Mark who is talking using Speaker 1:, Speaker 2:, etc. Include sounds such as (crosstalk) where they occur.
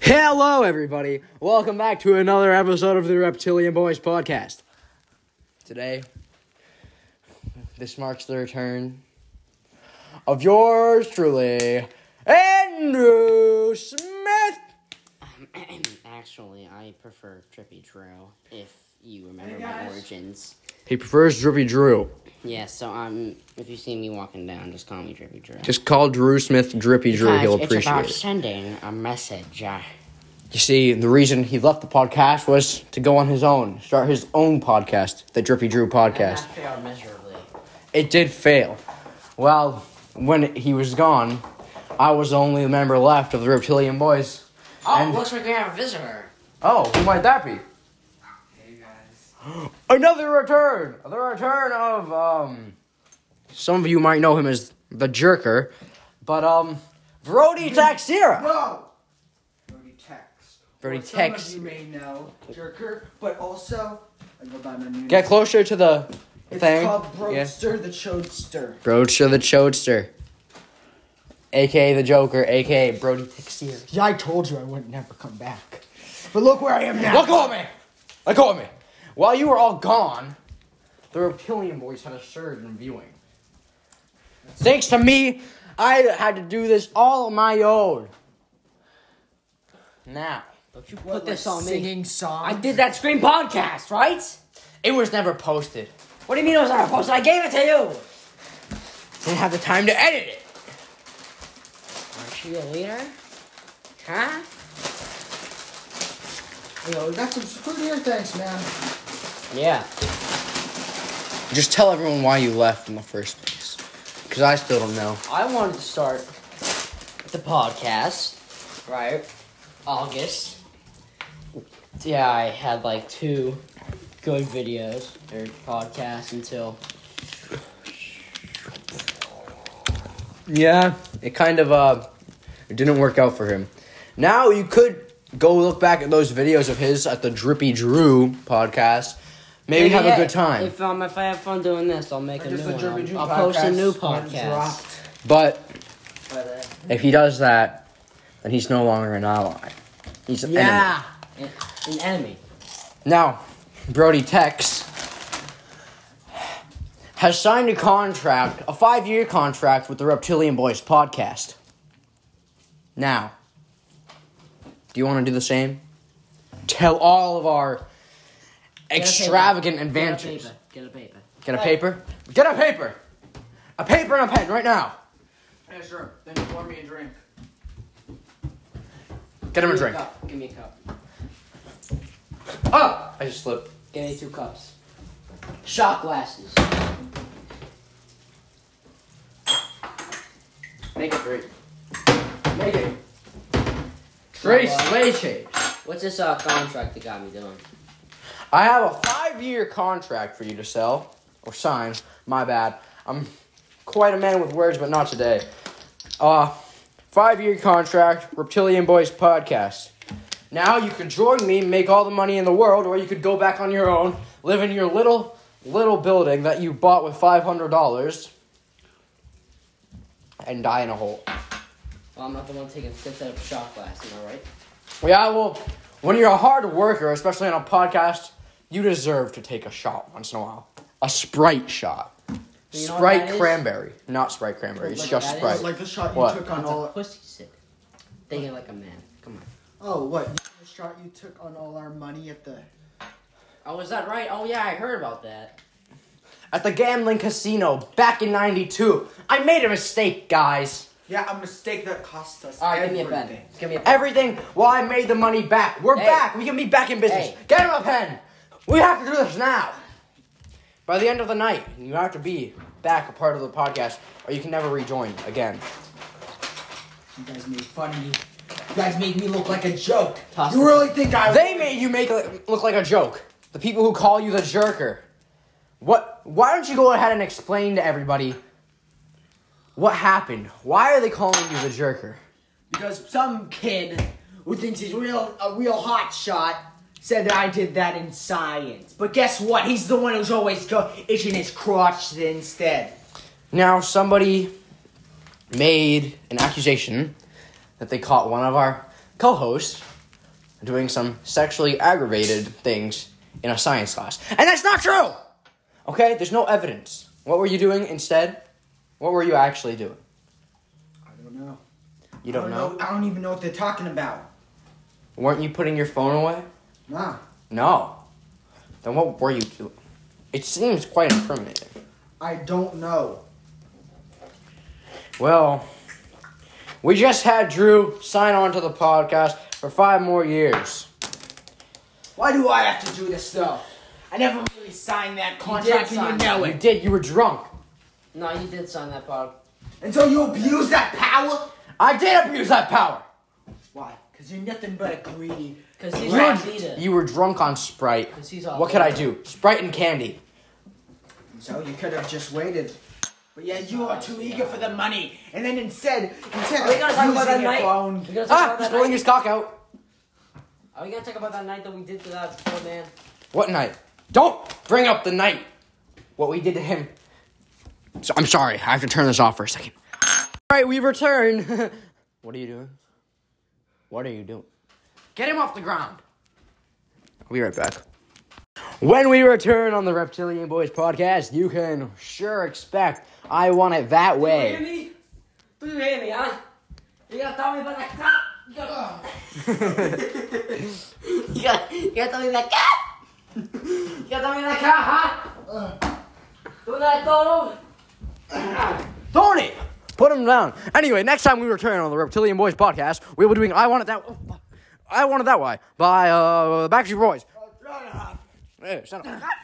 Speaker 1: Hello, everybody. Welcome back to another episode of the Reptilian Boys podcast. Today, this marks the return of yours truly, Andrew Smith.
Speaker 2: Um, (clears throat) Actually, I prefer Trippy Drew, if you remember my origins.
Speaker 1: He prefers Drippy Drew.
Speaker 2: Yeah, so um, if you see me walking down, just call me Trippy Drew.
Speaker 1: Just call Drew Smith Drippy Drew.
Speaker 2: Guys,
Speaker 1: He'll
Speaker 2: it's about
Speaker 1: appreciate it.
Speaker 2: sending a message. Uh,
Speaker 1: You see, the reason he left the podcast was to go on his own, start his own podcast, the Drippy Drew
Speaker 2: and
Speaker 1: podcast.
Speaker 2: I failed miserably.
Speaker 1: it did fail. Well, when he was gone, I was the only member left of the Reptilian Boys.
Speaker 2: Oh,
Speaker 1: And-
Speaker 2: looks like we have a visitor.
Speaker 1: Oh, who might that
Speaker 3: (gasps)
Speaker 1: be?
Speaker 3: Hey guys.
Speaker 1: Another return! The return of, um. Some of you might know him as the Jerker, but, um. Brody Taxira!
Speaker 3: No! Brody Tex.
Speaker 1: Brody
Speaker 3: Or some
Speaker 1: Tex.
Speaker 3: of you may know Jerker, but also I go by my new
Speaker 1: Get
Speaker 3: name.
Speaker 1: closer to the
Speaker 3: It's
Speaker 2: eh?
Speaker 1: thing.
Speaker 3: called
Speaker 1: Yeah.
Speaker 3: Broadster the Chodester.
Speaker 1: Broadster the Chodester. AKA the Joker, aka Brody Taxira.
Speaker 3: Yeah, I told you I would never come back. But look where I am now.
Speaker 1: Let go of me! Let go of me! While you were all gone, the Reptilian Boys had a surge in viewing. Thanks to me, I had to do this all on my own. Now,
Speaker 2: Don't you
Speaker 3: What,
Speaker 2: put this
Speaker 3: like
Speaker 2: on me.
Speaker 3: singing song.
Speaker 2: I did that Scream podcast, right?
Speaker 1: it was never posted.
Speaker 2: What do you mean it was not posted? I gave it to you!
Speaker 1: Didn't have the time to edit it.
Speaker 2: Aren't you a leader? Huh?
Speaker 3: Yo, we got some food here, thanks, man.
Speaker 2: Yeah.
Speaker 1: Just tell everyone why you left in the first place. Because I still don't know.
Speaker 2: I wanted to start the podcast, right? August. Yeah, I had like two good videos or podcasts until
Speaker 1: Yeah, it kind of uh, it didn't work out for him. Now you could go look back at those videos of his at the Drippy Drew podcast. Maybe have a
Speaker 2: yeah,
Speaker 1: good time.
Speaker 2: If um, if I have fun doing this, I'll make a
Speaker 3: Or just
Speaker 2: new
Speaker 3: the Jeremy
Speaker 2: one.
Speaker 3: Jew
Speaker 2: I'll, I'll post a new
Speaker 3: podcast when it
Speaker 2: podcast.
Speaker 3: dropped
Speaker 1: but
Speaker 3: by the-
Speaker 2: uh,
Speaker 1: if he does that, then he's no longer an ally. He's an enemy.
Speaker 2: Yeah, an an enemy.
Speaker 1: Now, Brody Tex has signed a contract, a five-year contract with the Reptilian Boys podcast. Now, do you want to do the same? Tell all of our
Speaker 2: Get a paper.
Speaker 1: extravagant
Speaker 2: Get a
Speaker 1: adventures.
Speaker 2: paper. Get a paper.
Speaker 1: Get a paper. Get a paper. A paper and a pen right now.
Speaker 3: Yeah, sure. Then pour me a drink.
Speaker 1: Get him a drink.
Speaker 2: cup. Give me a cup.
Speaker 1: Oh, I just slipped.
Speaker 2: Give me two cups. Shot glasses.
Speaker 1: Make it three.
Speaker 2: Make it.
Speaker 1: Three
Speaker 2: Uh,
Speaker 1: slay chase.
Speaker 2: What's this uh, contract that got me doing?
Speaker 1: I have a five year contract for you to sell or sign. My bad. I'm quite a man with words, but not today. Uh, five year contract, Reptilian Boys podcast. Now you could join me, make all the money in the world, or you could go back on your own, live in your little, little building that you bought with $500 and die in a hole.
Speaker 2: Well, I'm not the one taking sips out of shot glass, am I right?
Speaker 1: Yeah, well, when you're a hard worker, especially on a podcast, you deserve to take a shot once in a while. A Sprite shot.
Speaker 2: You know what
Speaker 1: Sprite
Speaker 2: that is?
Speaker 1: cranberry. Not Sprite cranberry, it's
Speaker 2: Look,
Speaker 1: just
Speaker 2: that
Speaker 1: Sprite.
Speaker 2: is
Speaker 3: Like the shot you
Speaker 1: What?
Speaker 3: took on
Speaker 2: That's a
Speaker 3: all.
Speaker 2: pussy sip. Thinking like a man. Come on.
Speaker 3: Oh, what? The shot you took on all our money at the.
Speaker 2: Oh, is that right? Oh, yeah, I heard about that.
Speaker 1: At the gambling casino back in 92, I made a mistake, guys.
Speaker 3: Yeah, a mistake that cost us.
Speaker 2: All right, give me a pen. Give me a pen.
Speaker 1: Everything, well, I made the money back. We're
Speaker 2: Hey.
Speaker 1: back. We can be back in business.
Speaker 2: Hey.
Speaker 1: Get him a pen. We have to do this now. By the end of the night, you have to be back a part of the podcast, or you can never rejoin again.
Speaker 3: You guys made fun of me. You guys made me look like a joke.
Speaker 2: Toss
Speaker 3: you
Speaker 2: it.
Speaker 3: really think I?
Speaker 1: They made you make it look like a joke. The people who call you the jerker. What? Why don't you go ahead and explain to everybody what happened? Why are they calling you the jerker?
Speaker 3: because some kid who thinks he's real a real hot shot said that I did that in science. But guess what? He's the one who's always go- itching his crotch instead.
Speaker 1: Now somebody made an accusation that they caught one of our co-hosts doing some sexually aggravated things in a science class. And that's not true! Okay, there's no evidence. What were you doing instead? What were you actually doing?
Speaker 3: I don't know.
Speaker 1: You don't,
Speaker 3: I
Speaker 1: know?
Speaker 3: I don't even know what they're talking about.
Speaker 1: Weren't you putting your phone away?
Speaker 3: Nah.
Speaker 1: No. Then what were you doing? It seems quite incriminating.
Speaker 3: I don't know.
Speaker 1: Well, we just had Drew sign on to the podcast for five more years.
Speaker 3: Why do I have to do this though? I never really signed that contract
Speaker 2: did
Speaker 3: and you
Speaker 2: sign
Speaker 3: know
Speaker 1: You
Speaker 3: it.
Speaker 1: did, you were drunk.
Speaker 2: No, you did sign that pod.
Speaker 3: And so you abuse that power?
Speaker 1: I did abuse that power.
Speaker 3: Why? Because you're nothing but a greedy.
Speaker 2: Because he's
Speaker 1: You
Speaker 2: our
Speaker 1: were,
Speaker 2: leader.
Speaker 1: you were drunk on Sprite.
Speaker 2: 'Cause he's our
Speaker 1: What could I
Speaker 2: leader.
Speaker 1: do? Sprite and candy.
Speaker 3: So you could have just waited. But yeah, you are too eager for the money. And then instead, instead
Speaker 2: Are we gonna talk
Speaker 3: of
Speaker 2: about that
Speaker 3: using your
Speaker 2: night?
Speaker 3: phone.
Speaker 2: Are we gonna talk
Speaker 1: Ah,
Speaker 2: about
Speaker 1: he's
Speaker 2: that
Speaker 1: pulling
Speaker 2: night?
Speaker 1: his cock out.
Speaker 2: Are we gonna talk about that night that we did to that poor man?
Speaker 1: What night? Don't bring up the night. What we did to him. So, I'm sorry. I have to turn this off for a second. All right, we return. (laughs) what are you doing? What are you doing? Get him off the ground. I'll be right back. When we return on the Reptilian Boys podcast, you can sure expect I want it that
Speaker 2: You
Speaker 1: way.
Speaker 2: hear me? Do you hear me, huh? You gotta tell me about that cop. You (laughs) gotta, you gotta, you gotta tell me about that cop. You gotta tell me about that cop, huh? Do that, Donald.
Speaker 1: Tony, put him down. Anyway, next time we return on the Reptilian Boys podcast, we will be doing I Want It That oh, fuck. I Want It That Way by uh, Backstreet Boys. Hey, shut up.